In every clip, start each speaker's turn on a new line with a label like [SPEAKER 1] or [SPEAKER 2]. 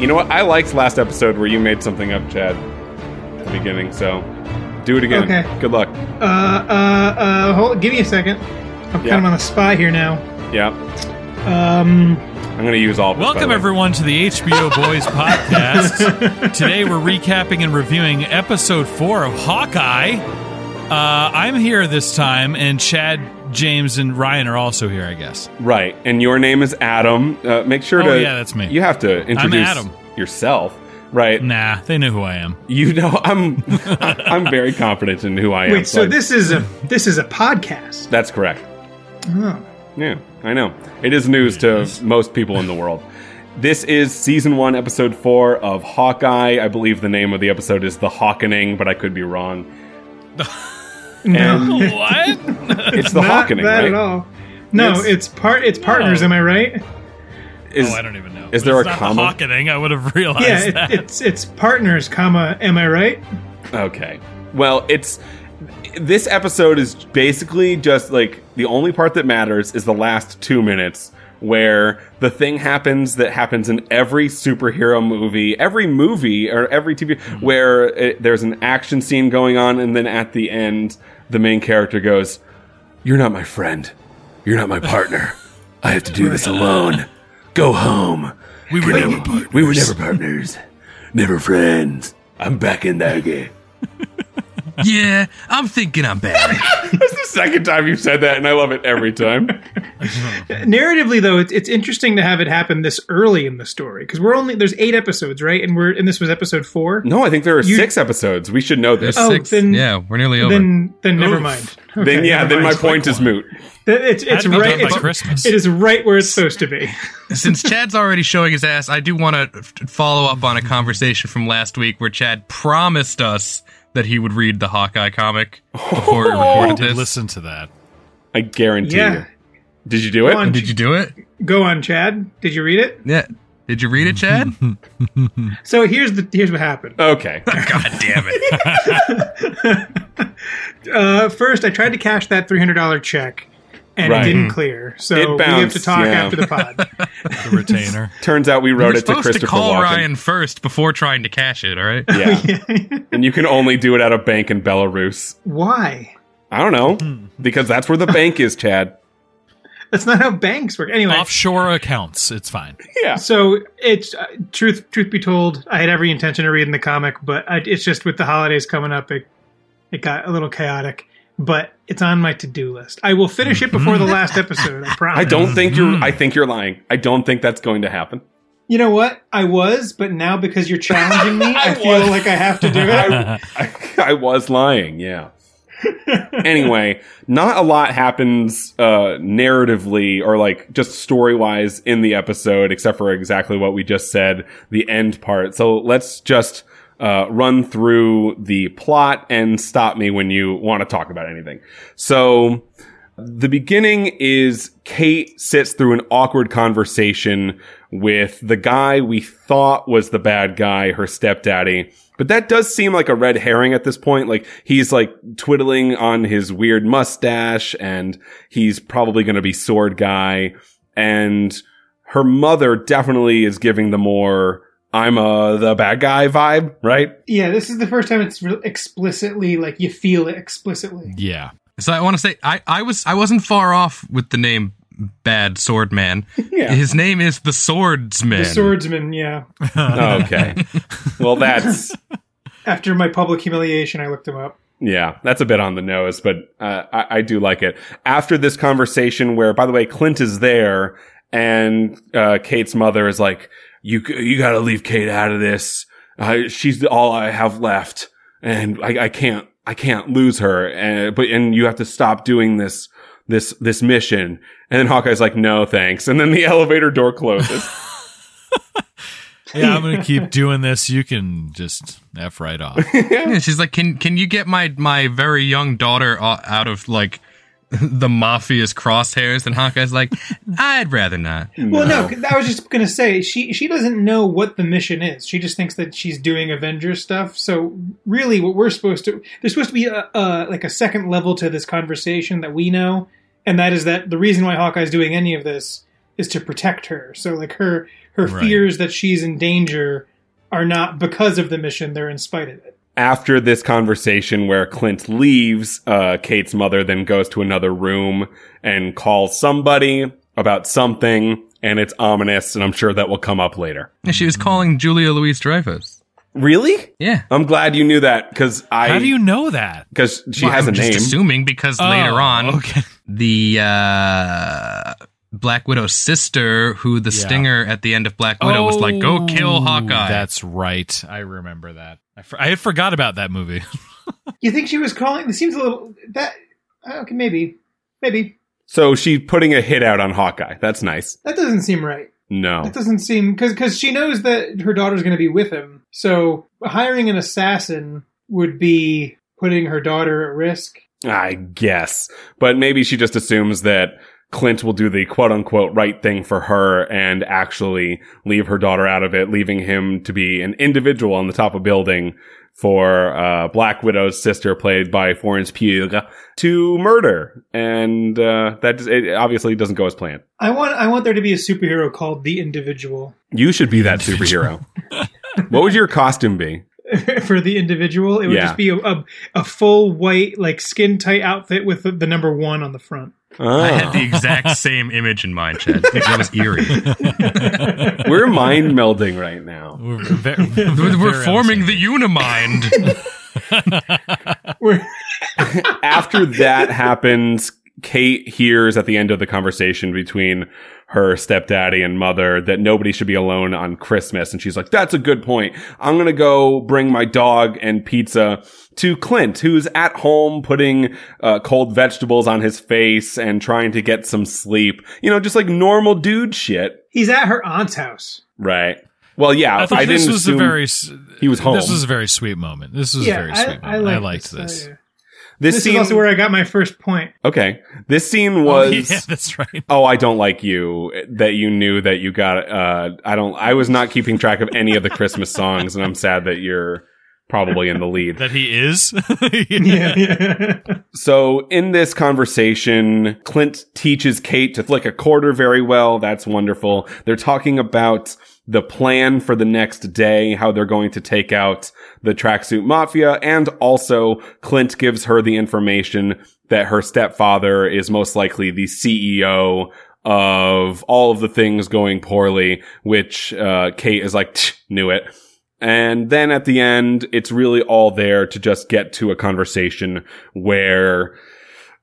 [SPEAKER 1] You know what? I liked last episode where you made something up, Chad, at the beginning. So do it again.
[SPEAKER 2] Okay.
[SPEAKER 1] Good luck.
[SPEAKER 2] Uh, uh, uh, hold, give me a second. I'm
[SPEAKER 1] Yeah.
[SPEAKER 2] kind of on the spot here now.
[SPEAKER 1] Yeah.
[SPEAKER 2] Um,
[SPEAKER 1] I'm gonna use all. Of this, by
[SPEAKER 3] Welcome,
[SPEAKER 1] the way.
[SPEAKER 3] everyone, to the HBO Boys podcast. Today, we're recapping and reviewing episode four of Hawkeye. Uh, I'm here this time, and Chad, James, and Ryan are also here, I guess.
[SPEAKER 1] Right, and your name is Adam. Uh, make sure
[SPEAKER 3] Oh,
[SPEAKER 1] to.
[SPEAKER 3] yeah, that's me.
[SPEAKER 1] You have to introduce
[SPEAKER 3] Adam.
[SPEAKER 1] yourself. Right.
[SPEAKER 3] Nah, they know who I am.
[SPEAKER 1] You know, I'm. I'm very confident in who I am.
[SPEAKER 2] wait, so
[SPEAKER 1] I-
[SPEAKER 2] this is a this is a podcast.
[SPEAKER 1] That's correct.
[SPEAKER 2] Oh.
[SPEAKER 1] Yeah, I know. It is news to most people in the world. This is season one, episode four of Hawkeye. I believe the name of the episode is The Hawkening, but I could be wrong.
[SPEAKER 2] No,
[SPEAKER 3] What?
[SPEAKER 1] It's The
[SPEAKER 2] not
[SPEAKER 1] Hawkening,
[SPEAKER 2] that
[SPEAKER 1] right?
[SPEAKER 2] at all. No,
[SPEAKER 1] It's-
[SPEAKER 2] it's, part it's partners.
[SPEAKER 3] No.
[SPEAKER 2] Am I right?
[SPEAKER 1] Is-
[SPEAKER 3] oh, I don't even know.
[SPEAKER 1] is
[SPEAKER 3] But
[SPEAKER 1] there
[SPEAKER 3] it's
[SPEAKER 1] a
[SPEAKER 3] not
[SPEAKER 1] comma?
[SPEAKER 3] The Hawkening, I would have realized
[SPEAKER 2] Yeah, it,
[SPEAKER 3] that.
[SPEAKER 2] it's it's partners, comma. Am I right?
[SPEAKER 1] Okay. Well, it's this episode is basically just like the only part that matters is the last 2 minutes where the thing happens that happens in every superhero movie, every movie or every TV
[SPEAKER 2] Mm-hmm.
[SPEAKER 1] where it, there's an action scene going on and then at the end the main character goes, "You're not my friend. You're not my partner. I have to do this alone. Go home."
[SPEAKER 3] we were never part-
[SPEAKER 1] We were never partners, never friends. I'm back in that game.
[SPEAKER 4] Yeah, I'm thinking I'm bad.
[SPEAKER 1] It's the second time you've said that, and I love it every time.
[SPEAKER 2] Narratively, though, it's it's interesting to have it happen this early in the story because we're only there's eight episodes, right? And we're and this was episode four.
[SPEAKER 1] no, I think there are
[SPEAKER 2] You-
[SPEAKER 1] six episodes. We should know this.
[SPEAKER 2] Oh,
[SPEAKER 4] Six.
[SPEAKER 2] then-
[SPEAKER 4] yeah, we're nearly over.
[SPEAKER 2] Then then never
[SPEAKER 3] Oof.
[SPEAKER 2] mind.
[SPEAKER 1] then yeah, then my
[SPEAKER 3] never mind.
[SPEAKER 1] point is moot.
[SPEAKER 2] Th- It's it's
[SPEAKER 3] I'd be
[SPEAKER 2] right.
[SPEAKER 3] done by
[SPEAKER 2] It's,
[SPEAKER 3] Christmas.
[SPEAKER 2] it is right where it's supposed to be.
[SPEAKER 4] Since Chad's already showing his ass, I do want to follow up on a conversation from last week where Chad promised us that he would read the Hawkeye comic before he recorded
[SPEAKER 3] Did
[SPEAKER 4] this.
[SPEAKER 3] Oh, listen to that.
[SPEAKER 1] I guarantee
[SPEAKER 2] Yeah.
[SPEAKER 1] you. Did you do it?
[SPEAKER 2] Go on.
[SPEAKER 4] Did you do it?
[SPEAKER 2] Go on, Chad. Did you read it?
[SPEAKER 4] Yeah. Did you read it, Chad?
[SPEAKER 2] So here's the here's what happened.
[SPEAKER 1] Okay.
[SPEAKER 4] God damn it.
[SPEAKER 2] Uh, first, I tried to cash that three hundred dollar check, and
[SPEAKER 1] Right.
[SPEAKER 2] it didn't clear. So
[SPEAKER 1] Mm-hmm. It
[SPEAKER 2] we have to
[SPEAKER 1] bounced,
[SPEAKER 2] talk
[SPEAKER 1] yeah.
[SPEAKER 2] after the pod.
[SPEAKER 3] The retainer.
[SPEAKER 1] Turns out we
[SPEAKER 4] You're
[SPEAKER 1] wrote it to
[SPEAKER 4] supposed
[SPEAKER 1] Christopher
[SPEAKER 4] to call
[SPEAKER 1] Walken.
[SPEAKER 4] Ryan first before trying to cash it, all right?
[SPEAKER 1] Yeah. and you can only do it at a bank in Belarus.
[SPEAKER 2] Why?
[SPEAKER 1] I don't
[SPEAKER 4] Hmm.
[SPEAKER 1] know because that's where the bank is, Chad.
[SPEAKER 2] That's not how banks work. Anyway,
[SPEAKER 3] Offshore accounts. It's fine.
[SPEAKER 1] Yeah.
[SPEAKER 2] so it's uh, truth. Truth be told, I had every intention of reading the comic, but I, it's just with the holidays coming up, it it got a little chaotic. But it's on my to do list. I will finish it before the last episode. I promise.
[SPEAKER 1] Mm-hmm. I don't think
[SPEAKER 4] Hmm.
[SPEAKER 1] you're. I think you're lying. I don't think that's going to happen.
[SPEAKER 2] You know what? I was, but now because you're challenging me, I,
[SPEAKER 1] I
[SPEAKER 2] feel
[SPEAKER 1] was.
[SPEAKER 2] like I have to do it.
[SPEAKER 1] I, I, I was lying, yeah. anyway, not a lot happens uh, narratively or like just story wise in the episode, except for exactly what we just said, the end part. So let's just uh, run through the plot and stop me when you want to talk about anything. So the beginning is Kate sits through an awkward conversation with the guy we thought was the bad guy, her stepdaddy. But that does seem like a red herring at this point. Like he's like twiddling on his weird mustache and he's probably going to be sword guy. And her mother definitely is giving the more I'm uh, the bad guy vibe, right?
[SPEAKER 2] yeah, this is the first time it's re- explicitly like you feel it explicitly.
[SPEAKER 3] Yeah.
[SPEAKER 4] So I want to say I, I was I wasn't far off with the name Bad Swordman.
[SPEAKER 1] Yeah.
[SPEAKER 4] His name is the
[SPEAKER 2] The
[SPEAKER 4] Swordsman.
[SPEAKER 2] swordsman, yeah.
[SPEAKER 1] okay. Well, that's
[SPEAKER 2] After my public humiliation, I looked him up.
[SPEAKER 1] Yeah, that's a bit on the nose, but uh, I, I do like it. After this conversation, where by the way, Clint is there, and uh, Kate's mother is like, "You c- you got to leave Kate out of this. Uh, she's all I have left, and I, I can't I can't lose her. And but and you have to stop doing this this this mission." And then Hawkeye's like, "No, thanks." And then the elevator door closes.
[SPEAKER 3] Yeah, I'm going to keep doing this. You can just F right off.
[SPEAKER 4] Yeah, she's like, can can you get my my very young daughter o- out of like the mafia's crosshairs? And Hawkeye's like, I'd rather not.
[SPEAKER 2] Well, no, 'cause I was just gonna say she she doesn't know what the mission is. She just thinks that she's doing Avengers stuff. So really, what we're supposed to there's supposed to be a, a like a second level to this conversation that we know, and that is that the reason why Hawkeye's doing any of this is to protect her. So like her her
[SPEAKER 3] Right.
[SPEAKER 2] fears that she's in danger are not because of the mission; they're in spite of it.
[SPEAKER 1] after this conversation where Clint leaves, uh, Kate's mother then goes to another room and calls somebody about something, and it's ominous, and I'm sure that will come up later.
[SPEAKER 4] Yeah, she was calling Julia Louise Dreyfus.
[SPEAKER 1] Really?
[SPEAKER 4] Yeah.
[SPEAKER 1] I'm glad you knew that because
[SPEAKER 3] How do
[SPEAKER 1] I
[SPEAKER 3] you know that?
[SPEAKER 1] because she
[SPEAKER 4] Well,
[SPEAKER 1] has a
[SPEAKER 4] I'm
[SPEAKER 1] name.
[SPEAKER 4] Just assuming because
[SPEAKER 3] Oh,
[SPEAKER 4] later on,
[SPEAKER 3] okay.
[SPEAKER 4] the uh, Black Widow's sister, who the
[SPEAKER 3] Yeah.
[SPEAKER 4] stinger at the end of Black Widow was like, "Go kill
[SPEAKER 3] Oh,
[SPEAKER 4] Hawkeye."
[SPEAKER 3] That's right. I remember that. I, for- I had forgot about that movie.
[SPEAKER 2] You think she was calling? This seems a little that okay. Maybe, maybe
[SPEAKER 1] so she's putting a hit out on Hawkeye. That's nice.
[SPEAKER 2] that doesn't seem right.
[SPEAKER 1] No.
[SPEAKER 3] Oh.
[SPEAKER 2] That doesn't seem because because she knows that her daughter's going to be with him. So hiring an assassin would be putting her daughter at risk.
[SPEAKER 1] I guess. But maybe she just assumes that Clint will do the quote unquote right thing for her and actually leave her daughter out of it, leaving him to be an individual on the top of a building for uh, Black Widow's sister, played by Florence Pugh, to murder. And uh, that just, it obviously doesn't go as planned.
[SPEAKER 2] I want I want there to be a superhero called the Individual.
[SPEAKER 1] You should be that superhero. what would your costume be?
[SPEAKER 2] For the individual, it would
[SPEAKER 1] Yeah.
[SPEAKER 2] just be a, a, a full white, like skin tight outfit with the, the number one on the front.
[SPEAKER 4] I had
[SPEAKER 1] Oh.
[SPEAKER 4] the exact same image in mind, Chad. That was eerie.
[SPEAKER 1] We're mind melding right now.
[SPEAKER 3] We're, ve- we're
[SPEAKER 4] We're, we're
[SPEAKER 3] very
[SPEAKER 4] forming
[SPEAKER 3] on
[SPEAKER 4] the Unimind.
[SPEAKER 2] Where
[SPEAKER 1] after that happens, Kate hears at the end of the conversation between her stepdaddy and mother that nobody should be alone on Christmas. And she's like, that's a good point. I'm going to go bring my dog and pizza to Clint, who's at home putting uh, cold vegetables on his face and trying to get some sleep. You know, just like normal dude shit.
[SPEAKER 2] he's at her aunt's house.
[SPEAKER 1] Right. Well, yeah,
[SPEAKER 3] I
[SPEAKER 1] I,
[SPEAKER 3] thought this
[SPEAKER 1] didn't
[SPEAKER 3] was a
[SPEAKER 1] assume
[SPEAKER 3] very s-
[SPEAKER 1] he was home.
[SPEAKER 3] this was a very sweet moment. This was a very sweet moment. I, liked this.
[SPEAKER 2] uh,
[SPEAKER 1] this,
[SPEAKER 2] This,
[SPEAKER 1] scene.
[SPEAKER 2] is also where I got my first point.
[SPEAKER 1] okay, this scene
[SPEAKER 3] Oh,
[SPEAKER 1] was.
[SPEAKER 3] yeah, that's right.
[SPEAKER 1] Oh, I don't like you eh, that you knew that you got uh I don't I was not keeping track of any of the Christmas songs and I'm sad that you're probably in the lead.
[SPEAKER 3] That he is.
[SPEAKER 2] Yeah, yeah.
[SPEAKER 1] So in this conversation, Clint teaches Kate to flick a quarter very well. That's wonderful. They're talking about the plan for the next day, how they're going to take out the tracksuit mafia. And also Clint gives her the information that her stepfather is most likely the CEO of all of the things going poorly, which, uh, Kate is like, "Tch, knew it. And then at the end, it's really all there to just get to a conversation where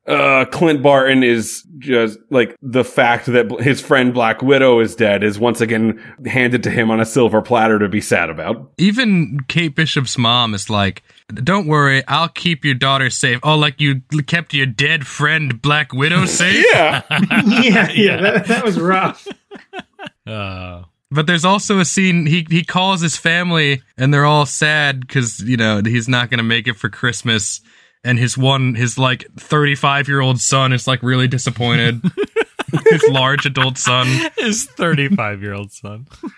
[SPEAKER 1] uh, Clint Barton is just like the fact that bl- his friend Black Widow is dead is once again handed to him on a silver platter to be sad about.
[SPEAKER 4] Even Kate Bishop's mom is like, "Don't worry, I'll keep your daughter safe." Oh, like you kept your dead friend Black Widow safe.
[SPEAKER 1] Yeah.
[SPEAKER 2] yeah, yeah. That, that was rough.
[SPEAKER 3] Uh,
[SPEAKER 4] But there's also a scene he he calls his family and they're all sad cuz you know he's not going to make it for Christmas and his one his like 35-year-old son is like really disappointed. his large adult son.
[SPEAKER 3] his 35 year old son.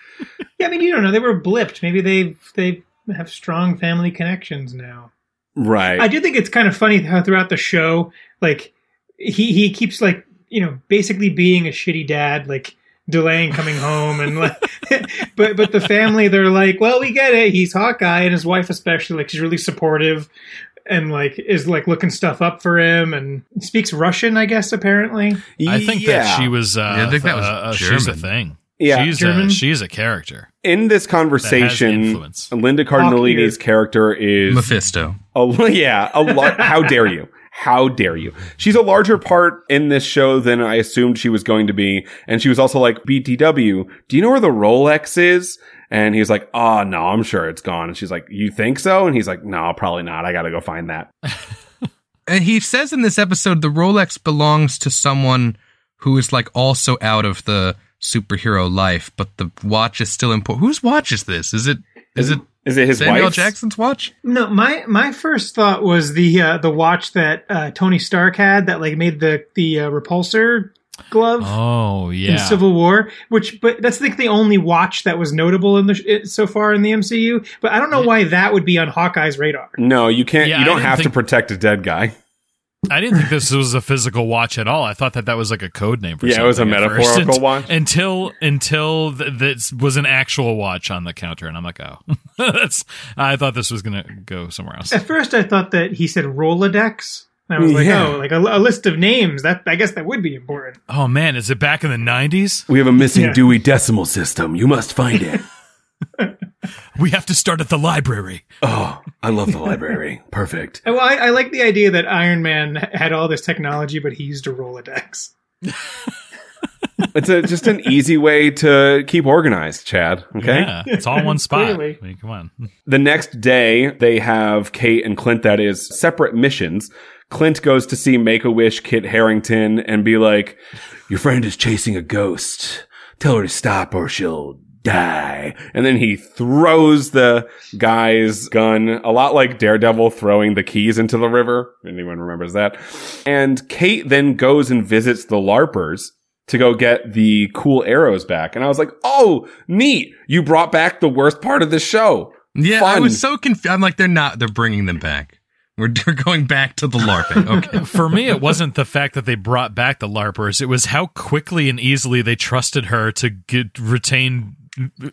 [SPEAKER 2] Yeah, I mean, you don't know. They were blipped. Maybe they they have strong family connections now.
[SPEAKER 1] right.
[SPEAKER 2] I do think it's kind of funny how throughout the show, like he he keeps like you know basically being a shitty dad, like delaying coming home and like, but but the family they're like, well, we get it. He's Hawkeye, and his wife especially, like she's really supportive. And like is like looking stuff up for him and speaks Russian, I guess apparently.
[SPEAKER 3] I think that she was. Uh,
[SPEAKER 4] Yeah, I think that was
[SPEAKER 3] uh, uh, she's a
[SPEAKER 4] German.
[SPEAKER 3] thing.
[SPEAKER 1] Yeah.
[SPEAKER 3] she's
[SPEAKER 2] German?
[SPEAKER 3] a, she's a character
[SPEAKER 1] in this
[SPEAKER 3] that has
[SPEAKER 1] conversation,
[SPEAKER 3] influence.
[SPEAKER 1] Linda Cardinalini's character is
[SPEAKER 4] Mephisto.
[SPEAKER 1] A, l- yeah, a lot. How dare you? How dare you? She's a larger part in this show than I assumed she was going to be. And she was also like, BTW, do you know where the Rolex is? And he's like, ah, no, I'm sure it's gone. And she's like, you think so? And he's like, no, probably not. I got to go find that.
[SPEAKER 4] And he says in this episode the Rolex belongs to someone who is like also out of the superhero life, but the watch is still important. Whose watch is this? Is it is it
[SPEAKER 1] Is it his
[SPEAKER 4] Samuel
[SPEAKER 1] wife?
[SPEAKER 4] Jackson's watch?
[SPEAKER 2] No, my my first thought was the uh, the watch that uh, Tony Stark had that like made the the uh, repulsor glove.
[SPEAKER 3] Oh
[SPEAKER 2] in
[SPEAKER 3] yeah,
[SPEAKER 2] Civil War, which but that's like the only watch that was notable in the sh- it- so far in the MCU. But I don't know why that would be on Hawkeye's radar.
[SPEAKER 1] No, you can't.
[SPEAKER 3] Yeah,
[SPEAKER 1] you
[SPEAKER 3] I
[SPEAKER 1] don't
[SPEAKER 3] didn't
[SPEAKER 1] have to
[SPEAKER 3] think-
[SPEAKER 1] protect a dead guy.
[SPEAKER 3] I didn't think this was a physical watch at all. I thought that that was like a code name for
[SPEAKER 1] Yeah,
[SPEAKER 3] something.
[SPEAKER 1] it was a
[SPEAKER 3] at first.
[SPEAKER 1] metaphorical watch.
[SPEAKER 3] until until th- this was an actual watch on the counter, and I'm like, oh, that's. I thought this was gonna go somewhere else.
[SPEAKER 2] At first, I thought that he said Rolodex. And I was like,
[SPEAKER 1] Yeah.
[SPEAKER 2] oh, like a, a list of names. That I guess that would be important.
[SPEAKER 3] Oh man, is it back in the '90s?
[SPEAKER 1] We have a missing
[SPEAKER 2] Yeah.
[SPEAKER 1] Dewey Decimal System. You must find it.
[SPEAKER 3] We have to start at the library.
[SPEAKER 1] oh, I love the library. Perfect.
[SPEAKER 2] And Well, I, I like the idea that Iron Man had all this technology, but he used a Rolodex.
[SPEAKER 1] It's a, just an easy way to keep organized, Chad. Okay.
[SPEAKER 3] Yeah, it's all in one spot.
[SPEAKER 2] Clearly.
[SPEAKER 3] I mean, come on.
[SPEAKER 1] The next day, they have Kate and Clint, that is, separate missions. Clint goes to see Make a Wish Kit Harrington and be like, Your friend is chasing a ghost. Tell her to stop or she'll die. And then he throws the guy's gun, a lot like Daredevil throwing the keys into the river. Anyone remembers that? And Kate then goes and visits the LARPers to go get the cool arrows back. And I was like, Oh, neat. You brought back the worst part of the show.
[SPEAKER 4] Yeah, I
[SPEAKER 1] Fun.
[SPEAKER 4] was so confused. I'm like, they're not. They're bringing them back. We're, we're going back to the LARPing. Okay.
[SPEAKER 3] For me, it wasn't the fact that they brought back the LARPers. It was how quickly and easily they trusted her to get retain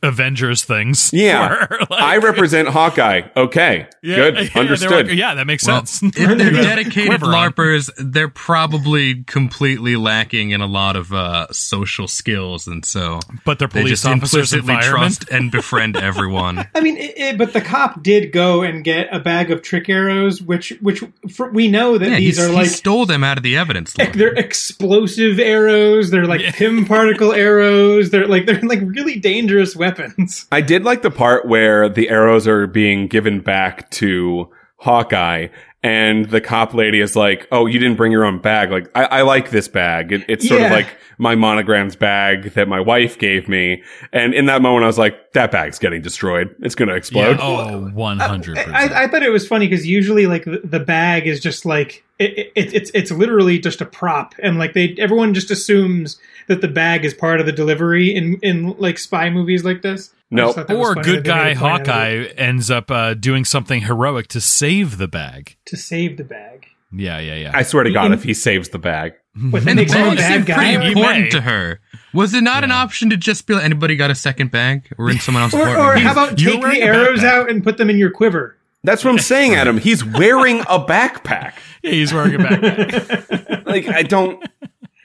[SPEAKER 3] Avengers things.
[SPEAKER 1] Yeah.
[SPEAKER 3] for her. Like-
[SPEAKER 1] I represent Hawkeye. Okay.
[SPEAKER 3] Yeah,
[SPEAKER 1] Good.
[SPEAKER 3] yeah, they were-
[SPEAKER 1] Understood.
[SPEAKER 3] yeah, that makes
[SPEAKER 4] Well,
[SPEAKER 3] sense.
[SPEAKER 4] if they're
[SPEAKER 3] Yeah.
[SPEAKER 4] dedicated
[SPEAKER 3] Quiver on.
[SPEAKER 4] LARPers, they're probably completely lacking in a lot of uh, social skills, and so
[SPEAKER 3] but they're
[SPEAKER 4] they
[SPEAKER 3] police
[SPEAKER 4] just
[SPEAKER 3] officers,
[SPEAKER 4] implicitly
[SPEAKER 3] environment.
[SPEAKER 4] trust and befriend everyone.
[SPEAKER 2] I mean, it, it, but the cop did go and get a bag of trick arrows, which which fr we know that
[SPEAKER 4] yeah,
[SPEAKER 2] these
[SPEAKER 4] he's-
[SPEAKER 2] are
[SPEAKER 4] he
[SPEAKER 2] like
[SPEAKER 4] stole them out of the evidence.
[SPEAKER 2] like,
[SPEAKER 4] Log.
[SPEAKER 2] they're explosive arrows. They're like pim particle arrows. They're like they're like really dangerous weapons.
[SPEAKER 1] I did like the part where the arrows are being given back to Hawkeye and the cop lady is like, Oh, you didn't bring your own bag. Like, I, I like this bag. It, it's sort of
[SPEAKER 2] Yeah.
[SPEAKER 1] like my monogram's bag that my wife gave me. And in that moment, I was like, that bag's getting destroyed. It's going to
[SPEAKER 3] Yeah,
[SPEAKER 1] explode.
[SPEAKER 3] oh, 100 percent.
[SPEAKER 2] Uh, I, I thought it was funny because usually like the the bag is just like it, it, it's it's literally just a prop, and like they everyone just assumes that the bag is part of the delivery in in like spy movies like this. I
[SPEAKER 1] Nope.
[SPEAKER 2] just thought that was
[SPEAKER 3] or
[SPEAKER 2] funny
[SPEAKER 3] good
[SPEAKER 2] that they made
[SPEAKER 3] guy
[SPEAKER 2] a point out of it
[SPEAKER 3] Hawkeye ends up uh, doing something heroic to save the bag.
[SPEAKER 2] to save the bag.
[SPEAKER 3] Yeah, yeah, yeah.
[SPEAKER 1] I swear to God,
[SPEAKER 2] In-
[SPEAKER 1] if he saves the bag.
[SPEAKER 2] What,
[SPEAKER 4] and the
[SPEAKER 2] makes him a
[SPEAKER 4] bag
[SPEAKER 2] bad
[SPEAKER 4] seemed
[SPEAKER 2] guy?
[SPEAKER 4] pretty
[SPEAKER 3] You
[SPEAKER 4] important
[SPEAKER 3] may.
[SPEAKER 4] to her. Was it not an option to just be like, anybody got a second bag? We're in someone else's
[SPEAKER 2] Or, or
[SPEAKER 4] apartment.
[SPEAKER 2] how about
[SPEAKER 3] You
[SPEAKER 2] take
[SPEAKER 3] were
[SPEAKER 2] the
[SPEAKER 3] right about
[SPEAKER 2] arrows
[SPEAKER 3] that.
[SPEAKER 2] out and put them in your quiver?
[SPEAKER 1] That's what I'm saying, Adam. He's wearing a backpack.
[SPEAKER 3] yeah, he's wearing a backpack.
[SPEAKER 1] Like, I don't.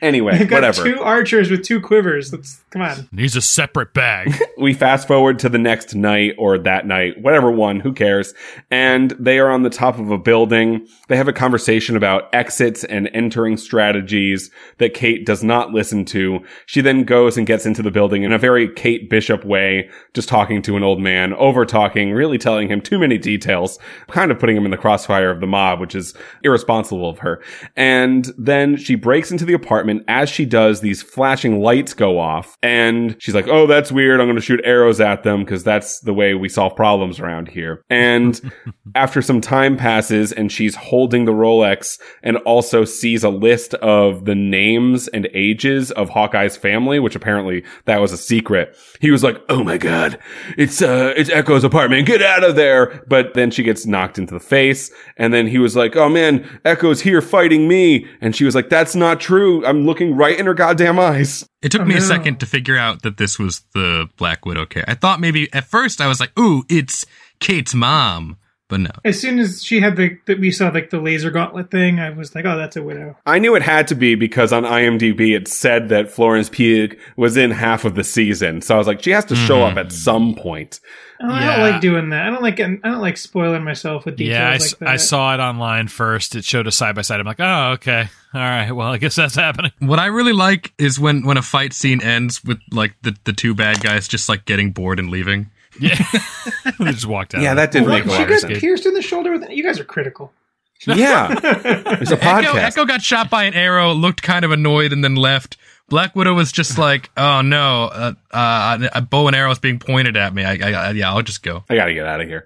[SPEAKER 1] Anyway,
[SPEAKER 2] I've got
[SPEAKER 1] whatever.
[SPEAKER 2] two archers with two quivers. Let's come on.
[SPEAKER 3] Needs a separate bag.
[SPEAKER 1] we fast forward to the next night or that night, whatever one, who cares? And they are on the top of a building. They have a conversation about exits and entering strategies that Kate does not listen to. She then goes and gets into the building in a very Kate Bishop way, just talking to an old man, over talking, really telling him too many details, kind of putting him in the crossfire of the mob, which is irresponsible of her. And then she breaks into the apartment. As she does, these flashing lights go off and she's like, Oh, that's weird. I'm going to shoot arrows at them because that's the way we solve problems around here. And after some time passes and she's holding the Rolex and also sees a list of the names and ages of Hawkeye's family, which apparently that was a secret. He was like, Oh my God, it's, uh, it's Echo's apartment. Get out of there. But then she gets knocked into the face. And then he was like, Oh man, Echo's here fighting me. And she was like, That's not true. I'm looking right in her goddamn eyes.
[SPEAKER 4] It took
[SPEAKER 2] Oh,
[SPEAKER 4] me a
[SPEAKER 2] no.
[SPEAKER 4] second to figure out that this was the Black Widow character. I thought maybe at first I was like, "Ooh, it's Kate's mom," but no.
[SPEAKER 2] As soon as she had the that we saw like the laser gauntlet thing, I was like, oh, that's a widow.
[SPEAKER 1] I knew it had to be because on IMDb it said that Florence Pugh was in half of the season. So I was like, she has to show up at some point.
[SPEAKER 2] Oh, I
[SPEAKER 3] Yeah.
[SPEAKER 2] don't like doing that. I don't like getting, I don't like spoiling myself with details
[SPEAKER 3] yeah, I,
[SPEAKER 2] like
[SPEAKER 3] s-
[SPEAKER 2] that.
[SPEAKER 3] I saw it online first. It showed a side by side. I'm like, oh, okay, all right. Well, I guess that's happening.
[SPEAKER 4] What I really like is when when a fight scene ends with like the the two bad guys just like getting bored and leaving.
[SPEAKER 3] Yeah, they just walked out.
[SPEAKER 1] Yeah,
[SPEAKER 3] of
[SPEAKER 1] that didn't make
[SPEAKER 2] What?
[SPEAKER 1] a
[SPEAKER 2] She
[SPEAKER 1] lot of
[SPEAKER 2] got
[SPEAKER 1] sense.
[SPEAKER 2] pierced in the shoulder with. You guys are critical.
[SPEAKER 1] Yeah. It's a
[SPEAKER 4] Echo,
[SPEAKER 1] podcast.
[SPEAKER 4] Echo got shot by an arrow, looked kind of annoyed, and then left. Black Widow was just like, "Oh no, uh, uh, a bow and arrow is being pointed at me. I, I, I yeah, I'll just go."
[SPEAKER 1] I gotta get out of here.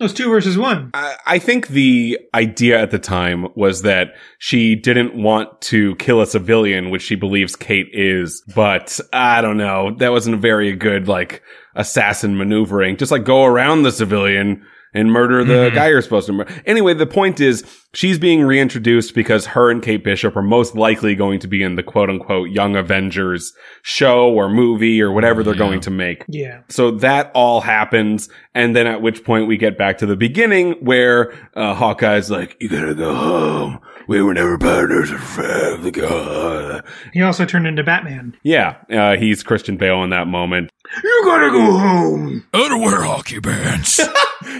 [SPEAKER 2] It was two versus one.
[SPEAKER 1] I, I think the idea at the time was that she didn't want to kill a civilian, which she believes Kate is, but I don't know. That wasn't a very good, like, assassin maneuvering. Just like go around the civilian and murder the guy you're supposed to murder. Anyway, the point is she's being reintroduced because her and Kate Bishop are most likely going to be in the quote unquote Young Avengers show or movie or whatever they're going to make.
[SPEAKER 2] Yeah.
[SPEAKER 1] So that all happens, and then at which point we get back to the beginning where uh, Hawkeye's like, "You gotta go home. We were never partners or friends." uh." oh, God."
[SPEAKER 2] He also turned into Batman.
[SPEAKER 1] Yeah, uh, he's Christian Bale in that moment.
[SPEAKER 2] You gotta go home.
[SPEAKER 3] Oh, to wear hockey pants.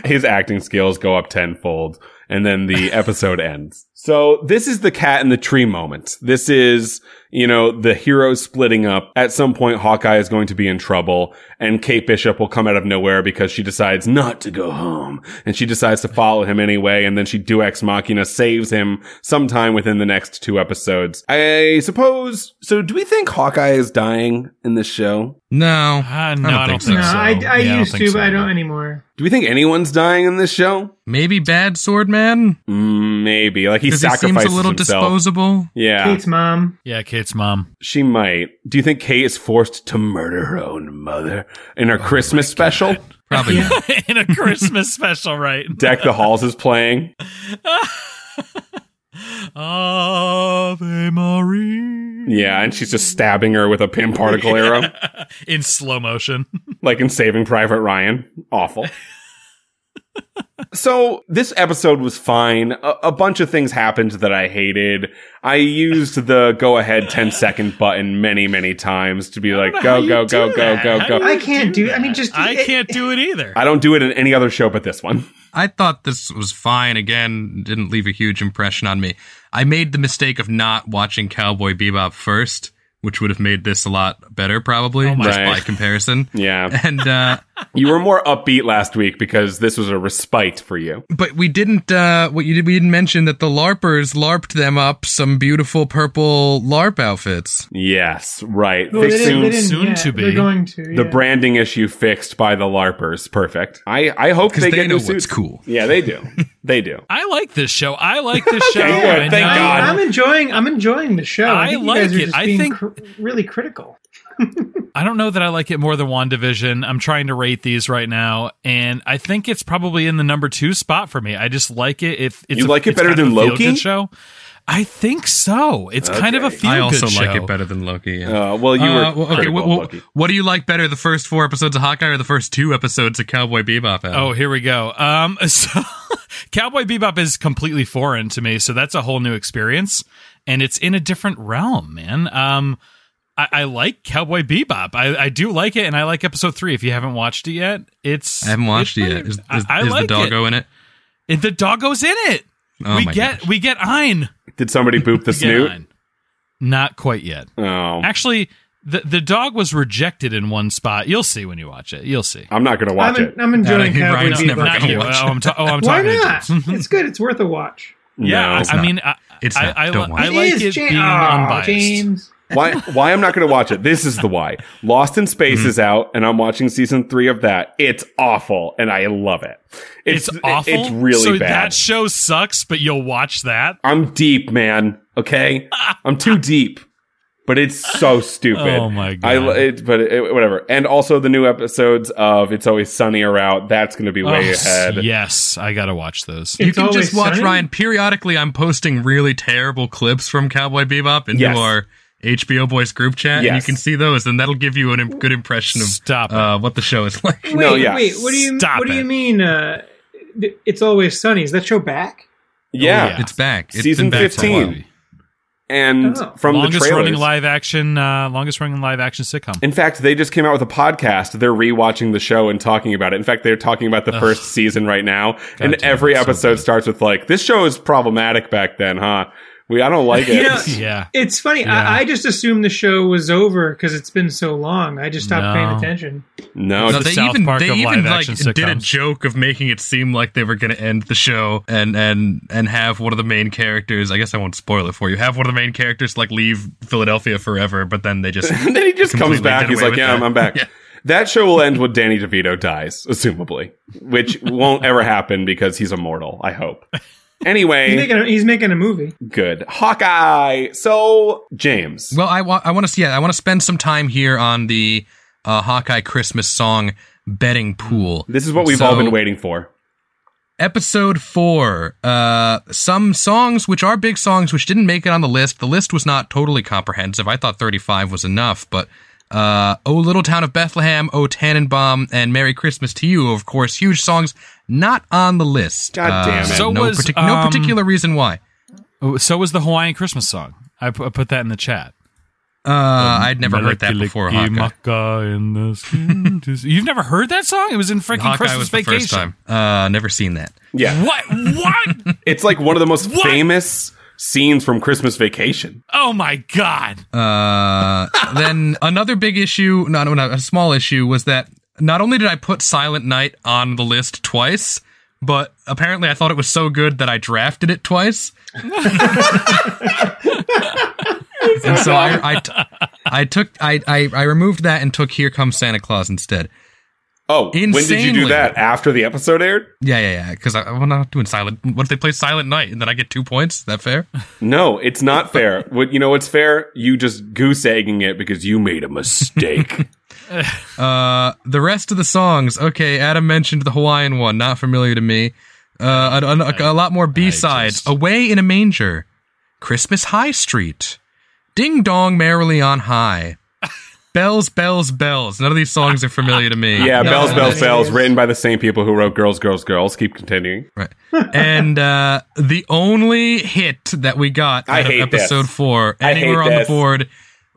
[SPEAKER 1] His acting skills go up tenfold, and then the episode ends. So this is the cat in the tree moment. This is you know the heroes splitting up. At some point, Hawkeye is going to be in trouble, and Kate Bishop will come out of nowhere because she decides not to go home, and she decides to follow him anyway, and then she do ex machina saves him sometime within the next two episodes. I suppose. So do we think Hawkeye is dying in this show?
[SPEAKER 4] No.
[SPEAKER 3] uh, no, I don't think so.
[SPEAKER 2] No, I, I
[SPEAKER 3] Yeah,
[SPEAKER 2] used
[SPEAKER 3] think
[SPEAKER 2] to,
[SPEAKER 3] so,
[SPEAKER 2] but I don't
[SPEAKER 3] no.
[SPEAKER 2] anymore.
[SPEAKER 1] Do we think anyone's dying in this show?
[SPEAKER 4] Maybe bad sword man?
[SPEAKER 1] Mm, Maybe. Like he
[SPEAKER 4] Because he
[SPEAKER 1] sacrifices
[SPEAKER 4] seems a little
[SPEAKER 1] himself.
[SPEAKER 4] disposable.
[SPEAKER 3] Ah.
[SPEAKER 1] yeah,
[SPEAKER 2] Kate's mom.
[SPEAKER 3] Yeah, Kate's mom.
[SPEAKER 1] she might. Do you think Kate is forced to murder her own mother in her
[SPEAKER 3] Oh
[SPEAKER 1] Christmas special?
[SPEAKER 4] Probably
[SPEAKER 2] Yeah.
[SPEAKER 4] not.
[SPEAKER 3] in a Christmas special, right?
[SPEAKER 1] Deck the Halls is playing.
[SPEAKER 3] Ave Maria.
[SPEAKER 1] Yeah, and she's just stabbing her with a pin particle arrow,
[SPEAKER 3] in slow motion.
[SPEAKER 1] like in Saving Private Ryan. Awful. So this episode was fine. A, a bunch of things happened that I hated. I used the go ahead 10 second button many, many times to be like,
[SPEAKER 3] know how
[SPEAKER 1] go,
[SPEAKER 3] you
[SPEAKER 1] go, go,
[SPEAKER 3] do
[SPEAKER 1] go,
[SPEAKER 3] that.
[SPEAKER 1] go,
[SPEAKER 3] How
[SPEAKER 1] go.
[SPEAKER 3] do you
[SPEAKER 2] I can't do. I mean, just
[SPEAKER 3] I
[SPEAKER 2] it-
[SPEAKER 3] can't do it either.
[SPEAKER 1] I don't do it in any other show but this one.
[SPEAKER 4] I thought this was fine. Again, didn't leave a huge impression on me. I made the mistake of not watching Cowboy Bebop first, which would have made this a lot better, probably,
[SPEAKER 3] my
[SPEAKER 4] just
[SPEAKER 1] God.
[SPEAKER 4] by comparison.
[SPEAKER 1] Yeah.
[SPEAKER 4] And uh,
[SPEAKER 1] You were more upbeat last week because this was a respite for you.
[SPEAKER 4] but we didn't. Uh, what you did, we didn't mention that the larpers larped them up some beautiful purple larp outfits.
[SPEAKER 1] Yes, right.
[SPEAKER 2] Well,
[SPEAKER 1] They
[SPEAKER 2] they didn't-
[SPEAKER 1] soon-
[SPEAKER 2] they didn't
[SPEAKER 3] soon
[SPEAKER 2] yet.
[SPEAKER 3] to be.
[SPEAKER 2] They're going to.
[SPEAKER 1] the
[SPEAKER 2] yeah.
[SPEAKER 1] branding issue fixed by the LARPers. Perfect. I, I hope
[SPEAKER 4] Because
[SPEAKER 1] they,
[SPEAKER 4] they
[SPEAKER 1] get
[SPEAKER 4] know
[SPEAKER 1] new
[SPEAKER 4] what's
[SPEAKER 1] suits.
[SPEAKER 4] cool.
[SPEAKER 1] Yeah, they do. they do.
[SPEAKER 3] I like this show. I like this show.
[SPEAKER 1] good.
[SPEAKER 3] I
[SPEAKER 1] Thank
[SPEAKER 3] know.
[SPEAKER 1] God.
[SPEAKER 2] I'm enjoying. I'm enjoying the show.
[SPEAKER 3] I
[SPEAKER 2] I, think you guys
[SPEAKER 3] like
[SPEAKER 2] are
[SPEAKER 3] it.
[SPEAKER 2] Just
[SPEAKER 3] I
[SPEAKER 2] being
[SPEAKER 3] think-
[SPEAKER 2] cr- really critical.
[SPEAKER 3] I don't know that I like it more than WandaVision. I'm trying to rate these right now, and I think it's probably in the number two spot for me. I just like it. If it's
[SPEAKER 1] You
[SPEAKER 3] a-
[SPEAKER 1] like it
[SPEAKER 3] it's
[SPEAKER 1] better
[SPEAKER 3] kind of
[SPEAKER 1] than
[SPEAKER 3] a feel-good
[SPEAKER 1] Loki?
[SPEAKER 3] show, I think so. It's kind of a feel.
[SPEAKER 4] I also like it better than Loki. yeah.
[SPEAKER 1] Uh, well, you were
[SPEAKER 4] Uh, well, okay,
[SPEAKER 1] critical
[SPEAKER 4] what,
[SPEAKER 1] of
[SPEAKER 4] what,
[SPEAKER 1] Loki.
[SPEAKER 4] what do you like better, the first four episodes of Hawkeye or the first two episodes of Cowboy Bebop? Adam?
[SPEAKER 3] Oh, here we go. Um, so Cowboy Bebop is completely foreign to me, so that's a whole new experience, and it's in a different realm, man. Um, I, I like Cowboy Bebop. I, I do like it, and I like episode three. If you haven't watched it yet, it's
[SPEAKER 4] I haven't watched
[SPEAKER 3] it's
[SPEAKER 4] it yet.
[SPEAKER 3] pretty-
[SPEAKER 4] Is, is,
[SPEAKER 3] I, I
[SPEAKER 4] is
[SPEAKER 3] like
[SPEAKER 4] the doggo in it?
[SPEAKER 3] It. It- The doggo's in it.
[SPEAKER 4] Oh
[SPEAKER 3] we
[SPEAKER 4] my
[SPEAKER 3] get we get Ein.
[SPEAKER 1] Did somebody boop the
[SPEAKER 3] We get
[SPEAKER 1] snoot?
[SPEAKER 3] Ein. Not quite yet.
[SPEAKER 1] Oh,
[SPEAKER 3] Actually, the the dog was rejected in one spot. You'll see when you watch it. You'll see.
[SPEAKER 1] I'm not going to watch
[SPEAKER 2] I'm,
[SPEAKER 1] it.
[SPEAKER 2] I'm enjoying
[SPEAKER 4] think
[SPEAKER 2] Cowboy
[SPEAKER 4] Brian's
[SPEAKER 2] Bebop.
[SPEAKER 4] never
[SPEAKER 3] Not
[SPEAKER 4] gonna
[SPEAKER 3] you.
[SPEAKER 4] watch
[SPEAKER 3] Oh, I'm, ta- oh, I'm
[SPEAKER 2] Why
[SPEAKER 3] talking
[SPEAKER 2] not?
[SPEAKER 3] to you.
[SPEAKER 2] it's good. It's worth a watch.
[SPEAKER 1] No.
[SPEAKER 3] Yeah, I, I
[SPEAKER 4] not.
[SPEAKER 3] mean, I,
[SPEAKER 4] It's
[SPEAKER 3] I,
[SPEAKER 4] not.
[SPEAKER 3] I,
[SPEAKER 4] Don't
[SPEAKER 3] li-
[SPEAKER 4] watch
[SPEAKER 3] I
[SPEAKER 4] it.
[SPEAKER 3] like it,
[SPEAKER 2] is Ja-
[SPEAKER 3] being
[SPEAKER 2] Aw,
[SPEAKER 3] unbiased.
[SPEAKER 2] James.
[SPEAKER 1] why why I'm not going to watch it. This is the why. Lost in Space is out and I'm watching season 3 of that. It's awful and I love it.
[SPEAKER 3] It's, awful.
[SPEAKER 1] It's really
[SPEAKER 3] so
[SPEAKER 1] bad.
[SPEAKER 3] That show sucks, but you'll watch that.
[SPEAKER 1] I'm deep, man. Okay? I'm too deep. But it's so stupid.
[SPEAKER 3] Oh my
[SPEAKER 1] I
[SPEAKER 3] God.
[SPEAKER 1] it, but it, whatever. And also the new episodes of It's Always Sunny are out. That's going to be way
[SPEAKER 3] Oh,
[SPEAKER 1] ahead.
[SPEAKER 3] Yes, I gotta watch those.
[SPEAKER 4] You
[SPEAKER 2] It's
[SPEAKER 4] can
[SPEAKER 2] always
[SPEAKER 4] just watch
[SPEAKER 2] sunny.
[SPEAKER 4] Ryan. Periodically, I'm posting really terrible clips from Cowboy Bebop into
[SPEAKER 1] Yes.
[SPEAKER 4] our HBO Boys group chat, and you
[SPEAKER 1] Yes.
[SPEAKER 4] can see those, and that'll give you a im- good impression of
[SPEAKER 3] Stop it.
[SPEAKER 4] uh, what the show is like.
[SPEAKER 2] Wait,
[SPEAKER 1] No, yeah.
[SPEAKER 2] wait. What do you?
[SPEAKER 3] Stop
[SPEAKER 2] what do
[SPEAKER 3] it.
[SPEAKER 2] you mean? Uh, it's always sunny. Is that show back?
[SPEAKER 1] Yeah.
[SPEAKER 3] yeah.
[SPEAKER 4] It's back. It's
[SPEAKER 1] Season
[SPEAKER 4] been back for a
[SPEAKER 1] 15.
[SPEAKER 4] while.
[SPEAKER 1] And
[SPEAKER 2] Oh.
[SPEAKER 1] from the
[SPEAKER 3] longest
[SPEAKER 1] trailers,
[SPEAKER 3] running live action, uh, longest running live action sitcom.
[SPEAKER 1] In fact, they just came out with a podcast. They're rewatching the show and talking about it. In fact, they're talking about the first season right now. and
[SPEAKER 3] damn,
[SPEAKER 1] every
[SPEAKER 3] it's so
[SPEAKER 1] episode
[SPEAKER 3] good.
[SPEAKER 1] starts with like, this show is problematic back then, huh? We I don't like it.
[SPEAKER 2] You know-
[SPEAKER 3] yeah,
[SPEAKER 2] It's funny.
[SPEAKER 3] Yeah.
[SPEAKER 2] I, I just assumed the show was over because it's been so long. I just stopped
[SPEAKER 3] No.
[SPEAKER 2] paying attention.
[SPEAKER 1] no,
[SPEAKER 4] No,
[SPEAKER 3] the
[SPEAKER 4] they
[SPEAKER 3] South
[SPEAKER 4] even
[SPEAKER 3] Park
[SPEAKER 4] they
[SPEAKER 3] of
[SPEAKER 4] even like
[SPEAKER 3] live-action
[SPEAKER 4] did a
[SPEAKER 3] sitcoms.
[SPEAKER 4] joke of making it seem like they were going to end the show and and and have one of the main characters. I guess I won't spoil it for you. Have one of the main characters like leave Philadelphia forever, but then they just
[SPEAKER 1] and then he just comes
[SPEAKER 4] completely
[SPEAKER 1] back.
[SPEAKER 4] did
[SPEAKER 1] He's
[SPEAKER 4] away
[SPEAKER 1] like,
[SPEAKER 4] with
[SPEAKER 1] "Yeah,
[SPEAKER 4] that."
[SPEAKER 1] I'm, I'm back."
[SPEAKER 4] Yeah.
[SPEAKER 1] That show will end when Danny DeVito dies, assumably, which won't ever happen because he's immortal. I hope.
[SPEAKER 2] He's
[SPEAKER 1] Anyway,
[SPEAKER 2] making a, he's making a movie.
[SPEAKER 1] good Hawkeye. So James,
[SPEAKER 4] Well, I, wa- I want to see. Yeah, I want to spend some time here on the uh, Hawkeye Christmas song betting pool.
[SPEAKER 1] this is what we've all
[SPEAKER 4] So-
[SPEAKER 1] been waiting for.
[SPEAKER 4] Episode four. Uh, some songs which are big songs which didn't make it on the list. The list was not totally comprehensive. I thought 35 was enough, but uh, "O Little Town of Bethlehem," "O Tannenbaum," and "Merry Christmas to You." Of course, huge songs not on the list.
[SPEAKER 1] God damn it.
[SPEAKER 4] Uh,
[SPEAKER 3] So
[SPEAKER 4] no,
[SPEAKER 3] was,
[SPEAKER 4] partic- no
[SPEAKER 3] um,
[SPEAKER 4] particular reason why.
[SPEAKER 3] Oh, So was the Hawaiian Christmas song. I pu- I put that in the chat.
[SPEAKER 4] Uh, I'd never heard that before. Hawkeye.
[SPEAKER 3] Melekiliki in the skin to see- You've never heard that song? It was in freaking
[SPEAKER 4] Hawkeye
[SPEAKER 3] Christmas
[SPEAKER 4] was the
[SPEAKER 3] Vacation.
[SPEAKER 4] first time. Uh, never seen that.
[SPEAKER 1] Yeah.
[SPEAKER 3] What? What?
[SPEAKER 1] It's like one of the most
[SPEAKER 3] What?
[SPEAKER 1] famous scenes from Christmas Vacation.
[SPEAKER 3] oh my god!
[SPEAKER 4] Uh, then another big issue, not no, not- a small issue, was that not only did I put Silent Night on the list twice, but apparently I thought it was so good that I drafted it twice. and so I, I, t- I took I, I I removed that and took Here Comes Santa Claus instead.
[SPEAKER 1] Oh, when did you do
[SPEAKER 4] Insanely.
[SPEAKER 1] that? After the episode aired?
[SPEAKER 4] Yeah, yeah, yeah. Because I, well, I'm not doing Silent. What if they play Silent Night and then I get two points? Is that fair?
[SPEAKER 1] No, it's not fair. what you know what's fair? You just goose egging it because you made a mistake.
[SPEAKER 4] Uh, the rest of the songs, okay. Adam mentioned the Hawaiian one, not familiar to me. Uh, a, a- a lot more B sides.
[SPEAKER 3] just-
[SPEAKER 4] Away in a manger, Christmas High Street, Ding Dong Merrily on High, Bells, Bells, Bells. None of these songs are familiar to me.
[SPEAKER 1] yeah,
[SPEAKER 4] No,
[SPEAKER 1] bells,
[SPEAKER 4] no,
[SPEAKER 1] bells,
[SPEAKER 4] no.
[SPEAKER 1] bells, written by the same people who wrote Girls, Girls, Girls. Keep continuing.
[SPEAKER 4] Right. And uh, the only hit that we got
[SPEAKER 1] I
[SPEAKER 4] out of
[SPEAKER 1] hate
[SPEAKER 4] episode
[SPEAKER 1] this.
[SPEAKER 4] four,
[SPEAKER 1] I
[SPEAKER 4] anywhere
[SPEAKER 1] hate
[SPEAKER 4] on
[SPEAKER 1] this.
[SPEAKER 4] the board,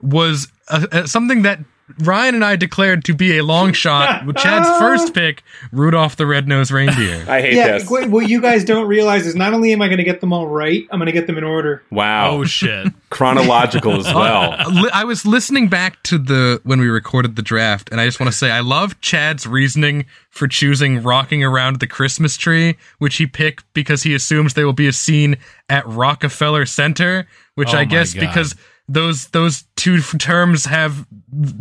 [SPEAKER 4] was uh, uh, something that Ryan and I declared to be a long shot. Chad's first pick, Rudolph the Red-Nosed Reindeer.
[SPEAKER 1] I hate
[SPEAKER 2] Yeah,
[SPEAKER 1] this.
[SPEAKER 2] wait, what you guys don't realize is not only am I going to get them all right, I'm going to get them in order.
[SPEAKER 1] Wow.
[SPEAKER 3] Oh shit!
[SPEAKER 1] Chronological as well.
[SPEAKER 4] Li- I was listening back to the when we recorded the draft, and I just want to say I love Chad's reasoning for choosing "Rocking Around the Christmas Tree," which he picked because he assumes they will be a scene at Rockefeller Center, which
[SPEAKER 3] Oh my
[SPEAKER 4] I guess
[SPEAKER 3] God.
[SPEAKER 4] because those those two f- terms have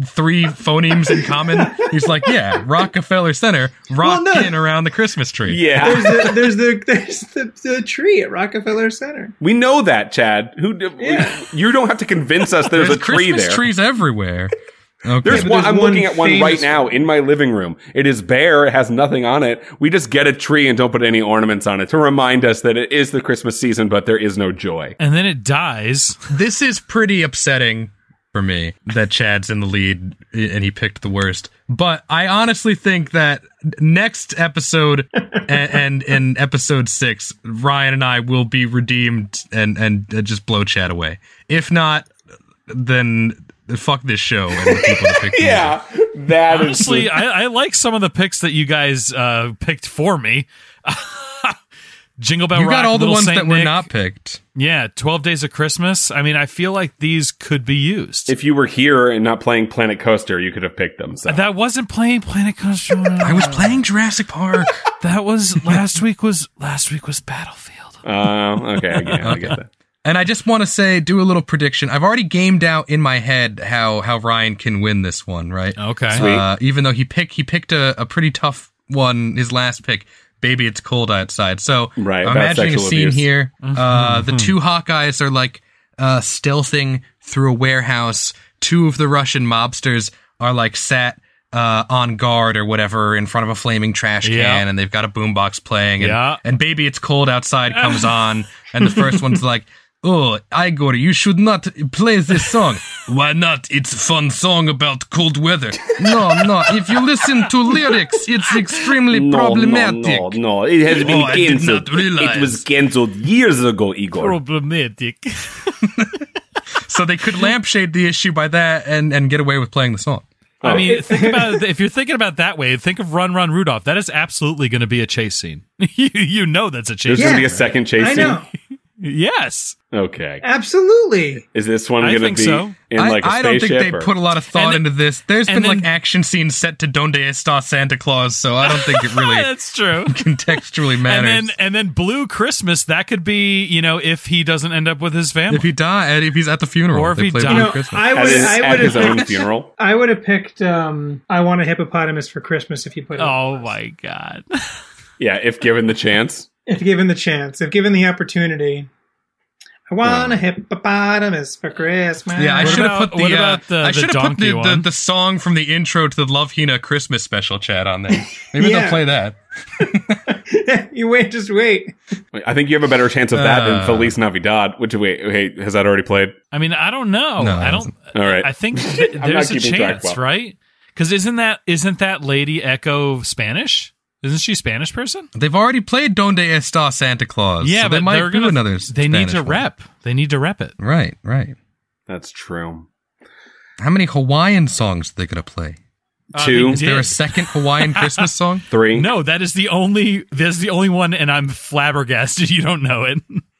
[SPEAKER 4] three phonemes in common. He's like, yeah, Rockefeller Center, rock
[SPEAKER 2] no.
[SPEAKER 4] in around the Christmas tree.
[SPEAKER 1] Yeah.
[SPEAKER 2] There's the there's the, there's the, the tree at Rockefeller Center.
[SPEAKER 1] We know that, Chad. Who d
[SPEAKER 2] Yeah.
[SPEAKER 1] you don't have to convince us there's,
[SPEAKER 4] there's
[SPEAKER 1] a tree
[SPEAKER 4] Christmas
[SPEAKER 1] there.
[SPEAKER 4] trees everywhere. Okay.
[SPEAKER 1] There's
[SPEAKER 2] Yeah, but
[SPEAKER 1] one.
[SPEAKER 2] there's
[SPEAKER 1] I'm
[SPEAKER 2] one
[SPEAKER 1] looking at one right
[SPEAKER 2] famous-
[SPEAKER 1] now in my living room. It is bare. It has nothing on it. We just get a tree and don't put any ornaments on it to remind us that it is the Christmas season, but there is no joy.
[SPEAKER 3] And then it dies.
[SPEAKER 4] this is pretty upsetting for me that Chad's in the lead and he picked the worst. But I honestly think that next episode and, and in episode six, Ryan and I will be redeemed and and uh, just blow Chad away. If not, then fuck this show and the people that picked the movie.
[SPEAKER 1] Yeah, that is
[SPEAKER 3] Honestly, I, I like some of the picks that you guys uh, picked for me. Jingle Bell
[SPEAKER 4] You
[SPEAKER 3] Rock,
[SPEAKER 4] got all the
[SPEAKER 3] Little
[SPEAKER 4] ones
[SPEAKER 3] Saint
[SPEAKER 4] that were
[SPEAKER 3] Nick.
[SPEAKER 4] not picked.
[SPEAKER 3] Yeah, Twelve Days of Christmas. I mean, I feel like these could be used.
[SPEAKER 1] If you were here and not playing Planet Coaster, you could have picked them. So
[SPEAKER 3] that wasn't playing Planet Coaster.
[SPEAKER 4] I was playing Jurassic Park.
[SPEAKER 3] That was last week. Was last week was Battlefield.
[SPEAKER 1] Uh, okay, I get, I get that.
[SPEAKER 4] And I just want to say, do a little prediction. I've already gamed out in my head how how Ryan can win this one, right?
[SPEAKER 3] Okay.
[SPEAKER 1] Sweet.
[SPEAKER 4] Uh, even though he picked he picked a, a pretty tough one, his last pick, "Baby It's Cold Outside." So
[SPEAKER 1] Right,
[SPEAKER 4] I'm
[SPEAKER 1] about
[SPEAKER 4] imagining a
[SPEAKER 1] sexual
[SPEAKER 4] scene
[SPEAKER 1] abuse.
[SPEAKER 4] here. Uh, the two Hawkeyes are like uh, stealthing through a warehouse. Two of the Russian mobsters are like sat uh, on guard or whatever in front of a flaming trash can,
[SPEAKER 3] Yeah.
[SPEAKER 4] and they've got a boombox playing. And,
[SPEAKER 3] Yeah.
[SPEAKER 4] and "Baby It's Cold Outside" comes on, and the first one's like. Oh, Igor, you should not play this song. Why not? It's a fun song about cold weather. No, no. If you listen to lyrics, it's extremely problematic.
[SPEAKER 1] No, no, no. It has been
[SPEAKER 4] Oh, I did
[SPEAKER 1] canceled.
[SPEAKER 4] not realize.
[SPEAKER 1] It was canceled years ago, Igor.
[SPEAKER 3] Problematic.
[SPEAKER 4] So they could lampshade the issue by that and, and get away with playing the song.
[SPEAKER 3] I mean, think about it. if you're thinking about it that way. Think of Run Run Rudolph. That is absolutely going to be a chase scene. you you know that's a
[SPEAKER 1] There's
[SPEAKER 3] chase. scene.
[SPEAKER 1] going
[SPEAKER 2] Yeah.
[SPEAKER 1] to be a second chase
[SPEAKER 2] I
[SPEAKER 1] scene?
[SPEAKER 2] know,
[SPEAKER 3] Yes.
[SPEAKER 1] Okay.
[SPEAKER 2] absolutely.
[SPEAKER 1] Is this one
[SPEAKER 3] I
[SPEAKER 1] going to
[SPEAKER 3] think
[SPEAKER 1] be
[SPEAKER 3] so.
[SPEAKER 1] in
[SPEAKER 4] I-
[SPEAKER 1] like a
[SPEAKER 4] I, don't think
[SPEAKER 1] spaceship
[SPEAKER 4] they
[SPEAKER 1] or-
[SPEAKER 4] put a lot of thought
[SPEAKER 3] And-
[SPEAKER 4] into this. There's been
[SPEAKER 3] and
[SPEAKER 4] like
[SPEAKER 3] then-
[SPEAKER 4] action scenes set to Donde Esta Santa Claus, so I don't think it
[SPEAKER 3] Yeah,
[SPEAKER 4] really
[SPEAKER 3] that's true.
[SPEAKER 4] contextually
[SPEAKER 3] And
[SPEAKER 4] matters.
[SPEAKER 3] then and then Blue Christmas. That could be you know if he doesn't end up with his family.
[SPEAKER 4] if he died, if he's at the funeral,
[SPEAKER 3] Or if
[SPEAKER 4] they
[SPEAKER 3] he
[SPEAKER 4] play
[SPEAKER 3] died-
[SPEAKER 2] You
[SPEAKER 4] Blue
[SPEAKER 2] know,
[SPEAKER 4] Christmas.
[SPEAKER 2] I
[SPEAKER 1] at
[SPEAKER 2] would
[SPEAKER 1] his,
[SPEAKER 2] I
[SPEAKER 1] at
[SPEAKER 2] would
[SPEAKER 1] his
[SPEAKER 2] have
[SPEAKER 1] own
[SPEAKER 2] picked,
[SPEAKER 1] funeral?
[SPEAKER 2] I would have picked um, I want a hippopotamus for Christmas if you put it.
[SPEAKER 3] oh my god.
[SPEAKER 1] Yeah, if given the chance.
[SPEAKER 2] If given the chance, if given the opportunity. I want a hippopotamus for Christmas.
[SPEAKER 4] Yeah, I
[SPEAKER 3] What
[SPEAKER 4] should have
[SPEAKER 3] about-
[SPEAKER 4] put the,
[SPEAKER 3] what
[SPEAKER 4] uh,
[SPEAKER 3] about the-
[SPEAKER 4] I
[SPEAKER 3] the
[SPEAKER 4] should have put
[SPEAKER 3] donkey
[SPEAKER 4] the, the,
[SPEAKER 3] one?
[SPEAKER 4] the song from the intro to the Love Hina Christmas special chat on there. Maybe
[SPEAKER 2] Yeah.
[SPEAKER 4] they'll play that.
[SPEAKER 2] should. you wait, just wait.
[SPEAKER 1] I think you have a better chance of that
[SPEAKER 4] Uh.
[SPEAKER 1] than Feliz Navidad. Which wait, wait, has that already played?
[SPEAKER 3] I mean, I don't know.
[SPEAKER 4] No,
[SPEAKER 3] I
[SPEAKER 4] it
[SPEAKER 3] don't.
[SPEAKER 1] All right.
[SPEAKER 3] I think th-
[SPEAKER 1] I'm
[SPEAKER 3] there's
[SPEAKER 1] not
[SPEAKER 3] a
[SPEAKER 1] keeping track
[SPEAKER 3] chance,
[SPEAKER 1] well.
[SPEAKER 3] right? Because isn't that isn't that lady Echo Spanish? Isn't she a Spanish person?
[SPEAKER 4] They've already played Donde Está Santa Claus. so they might
[SPEAKER 3] they're
[SPEAKER 4] do
[SPEAKER 3] gonna-
[SPEAKER 4] another.
[SPEAKER 3] They need
[SPEAKER 4] Spanish
[SPEAKER 3] to
[SPEAKER 4] one.
[SPEAKER 3] rep. They need to rep it.
[SPEAKER 4] Right, right.
[SPEAKER 1] That's true.
[SPEAKER 4] How many Hawaiian songs are they gonna play?
[SPEAKER 3] Uh,
[SPEAKER 1] Two.
[SPEAKER 3] they
[SPEAKER 1] Is
[SPEAKER 4] Is there
[SPEAKER 3] did.
[SPEAKER 4] a second Hawaiian Christmas song?
[SPEAKER 1] Three.
[SPEAKER 3] No, that is the only. That's the only one, and I'm flabbergasted. You don't know it.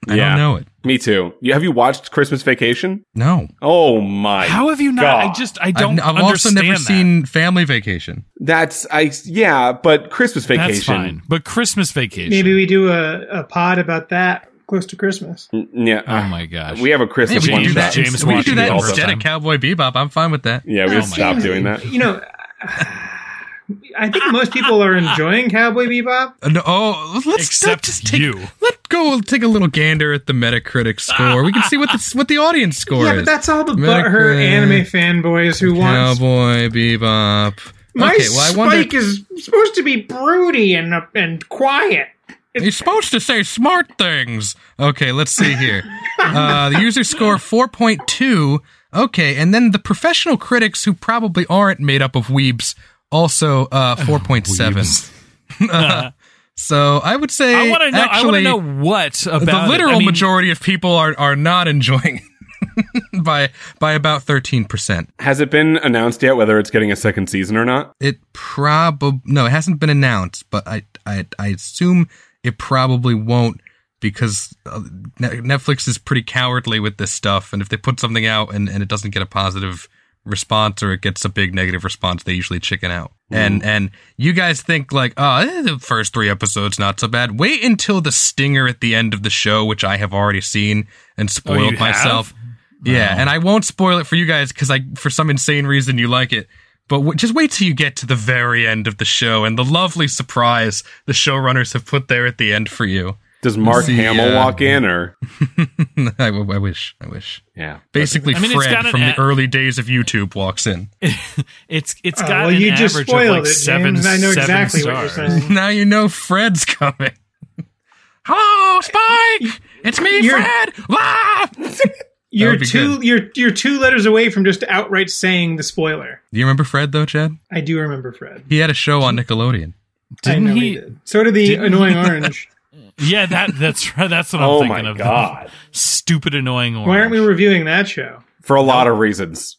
[SPEAKER 4] I
[SPEAKER 1] Yeah.
[SPEAKER 4] don't know it.
[SPEAKER 1] Me too. You, have you watched Christmas Vacation?
[SPEAKER 4] No,
[SPEAKER 1] Oh my!
[SPEAKER 3] How have you not? I
[SPEAKER 1] God.
[SPEAKER 3] just. I
[SPEAKER 4] I've,
[SPEAKER 3] don't.
[SPEAKER 4] n- I've also
[SPEAKER 3] understand that.
[SPEAKER 4] never seen Family Vacation.
[SPEAKER 1] That's I. Yeah, but Christmas Vacation.
[SPEAKER 3] That's fine, but Christmas Vacation.
[SPEAKER 2] Maybe we do a, a pod about that close to Christmas.
[SPEAKER 1] N- Yeah.
[SPEAKER 3] Oh my gosh.
[SPEAKER 1] We have a
[SPEAKER 4] Yeah,
[SPEAKER 1] Christmas
[SPEAKER 4] we
[SPEAKER 1] one
[SPEAKER 4] can do
[SPEAKER 3] James-
[SPEAKER 1] shot.
[SPEAKER 4] that.
[SPEAKER 3] James
[SPEAKER 4] instead- we can
[SPEAKER 3] watching
[SPEAKER 4] do
[SPEAKER 3] it
[SPEAKER 4] that
[SPEAKER 3] all the
[SPEAKER 4] instead
[SPEAKER 3] time.
[SPEAKER 4] of Cowboy Bebop. I'm fine with that.
[SPEAKER 1] Yeah, we
[SPEAKER 3] Oh
[SPEAKER 1] just
[SPEAKER 3] my
[SPEAKER 1] stopped
[SPEAKER 3] God.
[SPEAKER 1] doing that.
[SPEAKER 2] You know, I think most people are enjoying Cowboy Bebop.
[SPEAKER 4] Uh, no, oh, let's
[SPEAKER 3] Except
[SPEAKER 4] just take,
[SPEAKER 3] you.
[SPEAKER 4] Let go. Take a little gander at the Metacritic score. we can see what the, what the audience score
[SPEAKER 2] Yeah,
[SPEAKER 4] is.
[SPEAKER 2] but that's all the
[SPEAKER 4] Metacritic.
[SPEAKER 2] butthurt anime fanboys who want
[SPEAKER 4] Cowboy Bebop.
[SPEAKER 2] My
[SPEAKER 4] okay, well, I
[SPEAKER 2] Spike
[SPEAKER 4] wonder.
[SPEAKER 2] is supposed to be broody and uh, and quiet.
[SPEAKER 4] You're supposed to say smart things. Okay, let's see here. Uh, the user score 4.2. Okay, and then the professional critics who probably aren't made up of weebs also uh, 4.7. so I would say
[SPEAKER 3] I want to know.
[SPEAKER 4] actually
[SPEAKER 3] I want to know what about
[SPEAKER 4] the
[SPEAKER 3] it.
[SPEAKER 4] literal
[SPEAKER 3] I mean,
[SPEAKER 4] majority of people are, are not enjoying it by by about 13%.
[SPEAKER 1] Has it been announced yet whether it's getting a second season or not?
[SPEAKER 4] It probably no, it hasn't been announced, but I I I assume it probably won't because uh, Ne- Netflix is pretty cowardly with this stuff, and if they put something out and, and it doesn't get a positive response or it gets a big negative response, they usually chicken out.
[SPEAKER 3] Mm.
[SPEAKER 4] And and you guys think like, oh, eh, the first three episodes not so bad. Wait until the stinger at the end of the show, which I have already seen and spoiled
[SPEAKER 3] Oh, you have?
[SPEAKER 4] myself. Yeah, and I won't spoil it for you guys because I, for some insane reason, you like it. But w- just wait till you get to the very end of the show and the lovely surprise the showrunners have put there at the end for you.
[SPEAKER 1] Does Mark
[SPEAKER 4] See,
[SPEAKER 1] Hamill
[SPEAKER 4] uh,
[SPEAKER 1] walk in or?
[SPEAKER 4] I, w- I wish. I wish.
[SPEAKER 1] Yeah.
[SPEAKER 4] Basically,
[SPEAKER 3] I mean, it's got
[SPEAKER 4] Fred
[SPEAKER 3] an
[SPEAKER 4] from
[SPEAKER 3] a-
[SPEAKER 4] the early days of YouTube walks in.
[SPEAKER 3] It's it's
[SPEAKER 2] Oh,
[SPEAKER 3] got
[SPEAKER 2] well,
[SPEAKER 3] an
[SPEAKER 2] you
[SPEAKER 3] average
[SPEAKER 2] just
[SPEAKER 3] of
[SPEAKER 2] spoiled
[SPEAKER 3] like
[SPEAKER 2] it,
[SPEAKER 3] seven.
[SPEAKER 2] James. I know
[SPEAKER 3] seven
[SPEAKER 2] exactly what
[SPEAKER 3] stars.
[SPEAKER 2] you're saying.
[SPEAKER 4] now you know Fred's coming. Hello, Spike. It's me,
[SPEAKER 2] You're-
[SPEAKER 4] Fred. Ah!
[SPEAKER 2] You're
[SPEAKER 4] would be
[SPEAKER 2] two
[SPEAKER 4] good.
[SPEAKER 2] you're you're two letters away from just outright saying the spoiler.
[SPEAKER 4] Do you remember Fred though, Chad?
[SPEAKER 2] I do remember Fred.
[SPEAKER 4] He had a show on Nickelodeon.
[SPEAKER 3] Didn't
[SPEAKER 2] I know he,
[SPEAKER 3] he-
[SPEAKER 2] did. So did the annoying orange.
[SPEAKER 3] Yeah, that that's right. That's what I'm
[SPEAKER 1] Oh
[SPEAKER 3] thinking
[SPEAKER 1] my
[SPEAKER 3] of.
[SPEAKER 1] god!
[SPEAKER 3] Stupid annoying orange.
[SPEAKER 2] Why aren't we reviewing that show?
[SPEAKER 1] For a lot of reasons.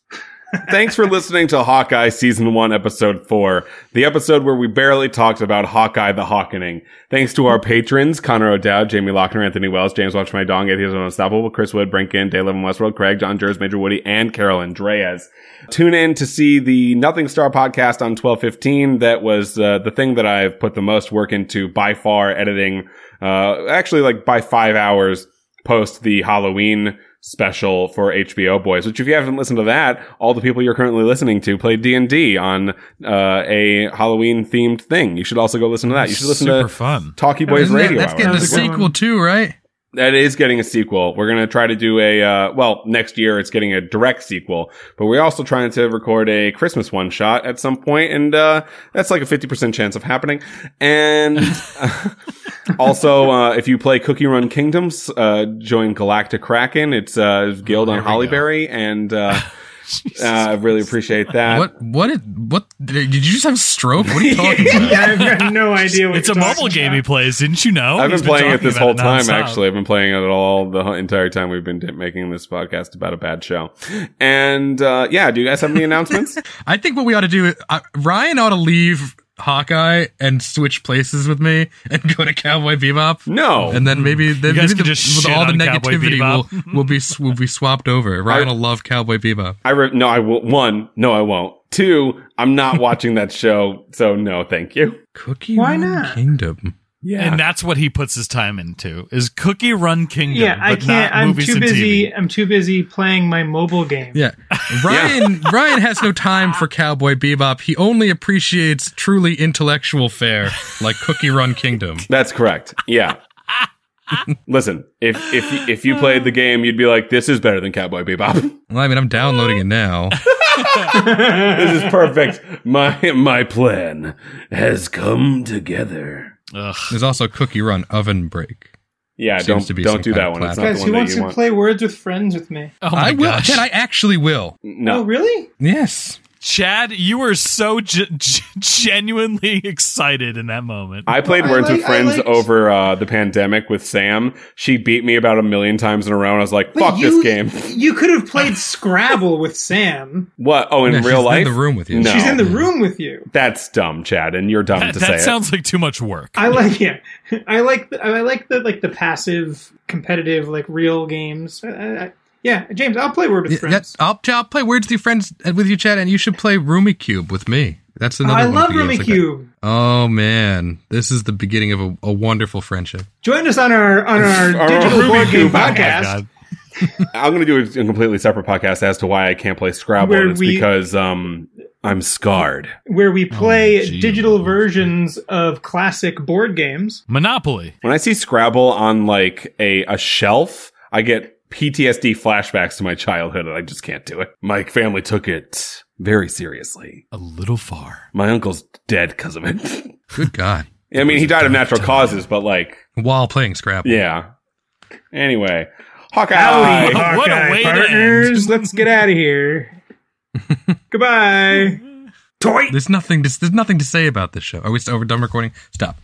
[SPEAKER 1] Thanks for listening to Hawkeye Season 1, Episode 4, the episode where we barely talked about Hawkeye the Hawkening. Thanks to our patrons, Connor O'Dowd, Jamie Lochner, Anthony Wells, James Watch My Dong, Atheism Unstoppable, Chris Wood, Brinkin, Dale in Westworld, Craig, John Jers, Major Woody, and Carolyn Dreas. Tune in to see the Nothing Star podcast on 1215. That was uh, the thing that I've put the most work into by far editing, uh, actually like by five hours post the Halloween special for HBO Boys, which if you haven't listened to that, all the people you're currently listening to play D&D on uh, a Halloween themed thing. You should also go listen to that. You should listen
[SPEAKER 3] Super
[SPEAKER 1] to
[SPEAKER 3] fun.
[SPEAKER 1] Talkie Boys
[SPEAKER 4] Isn't that-
[SPEAKER 1] Radio
[SPEAKER 4] that's
[SPEAKER 1] Hour.
[SPEAKER 4] getting a
[SPEAKER 2] That's a good
[SPEAKER 4] sequel
[SPEAKER 2] one.
[SPEAKER 4] too, right?
[SPEAKER 1] That is getting a sequel. We're going to try to do a, uh, well, next year it's getting a direct sequel, but we're also trying to record a Christmas one shot at some point, and, uh, that's like a 50% chance of happening. And also, uh, if you play Cookie Run Kingdoms, uh, join Galactic Kraken. It's, uh, Guild on Hollyberry, and, uh, uh, I really appreciate that.
[SPEAKER 4] What? What? Did, what? Did you just have a stroke? What are you talking about?
[SPEAKER 2] I've got no idea what
[SPEAKER 3] It's a
[SPEAKER 2] you're
[SPEAKER 3] mobile
[SPEAKER 2] talking
[SPEAKER 3] game he
[SPEAKER 2] about.
[SPEAKER 3] plays. Didn't you know?
[SPEAKER 1] I've been
[SPEAKER 3] He's
[SPEAKER 1] playing it
[SPEAKER 3] talking
[SPEAKER 1] this
[SPEAKER 3] about
[SPEAKER 1] whole time.
[SPEAKER 3] nonstop.
[SPEAKER 1] Actually, I've been playing it all the whole- entire time we've been d- making this podcast about a bad show. And uh, yeah, do you guys have any announcements?
[SPEAKER 4] I think what we ought to do, uh, Ryan ought to leave Hawkeye and switch places with me and go to Cowboy Bebop.
[SPEAKER 1] No.
[SPEAKER 4] And then maybe, then
[SPEAKER 3] guys
[SPEAKER 4] maybe
[SPEAKER 3] could
[SPEAKER 4] the,
[SPEAKER 3] just
[SPEAKER 4] with
[SPEAKER 3] shit
[SPEAKER 4] all the
[SPEAKER 3] on Cowboy
[SPEAKER 4] negativity
[SPEAKER 3] Bebop.
[SPEAKER 4] will, will be s- will be swapped over. Ryan will love Cowboy Bebop.
[SPEAKER 1] I re- no, I will. One, no, I won't. Two, I'm not watching that show, so no, thank you.
[SPEAKER 4] Cookie
[SPEAKER 2] Why
[SPEAKER 4] Run
[SPEAKER 2] not?
[SPEAKER 4] Kingdom.
[SPEAKER 1] Yeah,
[SPEAKER 3] And that's what he puts his time into is Cookie Run Kingdom.
[SPEAKER 2] Yeah, I
[SPEAKER 3] but not
[SPEAKER 2] can't. I'm
[SPEAKER 3] movies
[SPEAKER 2] too
[SPEAKER 3] and
[SPEAKER 2] busy.
[SPEAKER 3] TV.
[SPEAKER 2] I'm too busy playing my mobile game.
[SPEAKER 4] Yeah, Ryan. Ryan has no time for Cowboy Bebop. He only appreciates truly intellectual fare like Cookie Run Kingdom.
[SPEAKER 1] that's correct. Yeah. Listen, if if y- if you played the game, you'd be like, "This is better than Cowboy Bebop.
[SPEAKER 4] Well, I mean, I'm downloading it now.
[SPEAKER 1] this is perfect. My my plan has come together."
[SPEAKER 3] Ugh.
[SPEAKER 4] There's also Cookie Run Oven Break.
[SPEAKER 1] Yeah,
[SPEAKER 4] Seems
[SPEAKER 1] don't
[SPEAKER 4] to be
[SPEAKER 1] don't
[SPEAKER 4] some
[SPEAKER 1] do
[SPEAKER 4] kind
[SPEAKER 1] that
[SPEAKER 4] of
[SPEAKER 1] one. It's not
[SPEAKER 2] Guys,
[SPEAKER 1] the one
[SPEAKER 2] who
[SPEAKER 1] that
[SPEAKER 2] wants
[SPEAKER 1] you
[SPEAKER 2] to
[SPEAKER 1] want.
[SPEAKER 2] play Words with Friends with me?
[SPEAKER 3] Oh my
[SPEAKER 4] I will,
[SPEAKER 3] gosh.
[SPEAKER 4] Ted. I actually will.
[SPEAKER 2] Oh,
[SPEAKER 1] no,
[SPEAKER 2] really?
[SPEAKER 4] Yes.
[SPEAKER 3] Chad, you were so ge- ge- genuinely excited in that moment.
[SPEAKER 1] I played
[SPEAKER 2] I
[SPEAKER 1] Words
[SPEAKER 2] like-
[SPEAKER 1] with
[SPEAKER 2] I
[SPEAKER 1] Friends
[SPEAKER 2] liked-
[SPEAKER 1] over uh, the pandemic with Sam. She beat me about a million times in a row, and I was like,
[SPEAKER 2] But
[SPEAKER 1] "Fuck
[SPEAKER 2] you-
[SPEAKER 1] this game."
[SPEAKER 2] You could have played Scrabble with Sam.
[SPEAKER 1] What? Oh, in
[SPEAKER 4] Yeah, she's
[SPEAKER 1] real life,
[SPEAKER 4] in the room with you.
[SPEAKER 1] No.
[SPEAKER 2] She's in the room with you.
[SPEAKER 1] that's dumb, Chad, and you're dumb
[SPEAKER 3] that
[SPEAKER 1] to say
[SPEAKER 3] that sounds like too much work.
[SPEAKER 2] I like yeah. I like the, I like the like the passive competitive like real games. I, I, I- yeah, James, I'll play Word with
[SPEAKER 4] Yeah,
[SPEAKER 2] Friends.
[SPEAKER 4] that- I'll, I'll play Words with Your Friends uh, with you, Chad, and you should play Roomy Cube with me. That's another
[SPEAKER 2] I
[SPEAKER 4] one
[SPEAKER 2] love
[SPEAKER 4] for games
[SPEAKER 2] Rummy
[SPEAKER 4] like that.
[SPEAKER 2] Cube.
[SPEAKER 4] Oh man, this is the beginning of a, a wonderful friendship.
[SPEAKER 2] Join us on our on our,
[SPEAKER 1] Our
[SPEAKER 2] digital
[SPEAKER 1] Rummy
[SPEAKER 2] board game
[SPEAKER 1] Cube
[SPEAKER 3] Oh,
[SPEAKER 2] podcast.
[SPEAKER 3] God.
[SPEAKER 1] it. I'm going to do a a completely separate podcast as to why I can't play Scrabble.
[SPEAKER 2] Where
[SPEAKER 1] and it's
[SPEAKER 2] we-
[SPEAKER 1] because um, I'm scarred.
[SPEAKER 2] where we play
[SPEAKER 3] Oh, gee.
[SPEAKER 2] digital versions of classic board games.
[SPEAKER 3] Monopoly.
[SPEAKER 1] When I see Scrabble on like a a shelf, I get PTSD flashbacks to my childhood, and I just can't do it. My family took it very seriously.
[SPEAKER 3] A little far.
[SPEAKER 1] My uncle's dead because of it.
[SPEAKER 4] Good God!
[SPEAKER 1] I mean, he died of natural causes, but like,
[SPEAKER 4] While playing Scrabble,
[SPEAKER 1] yeah. Anyway, Hawkeye.
[SPEAKER 2] Howdy,
[SPEAKER 3] Hi. What a
[SPEAKER 2] Hawkeye
[SPEAKER 3] way to
[SPEAKER 2] partners. Let's get out of here. Goodbye.
[SPEAKER 1] Toy.
[SPEAKER 4] there's nothing. To, there's nothing to say about this show. Are we still over done recording? Stop.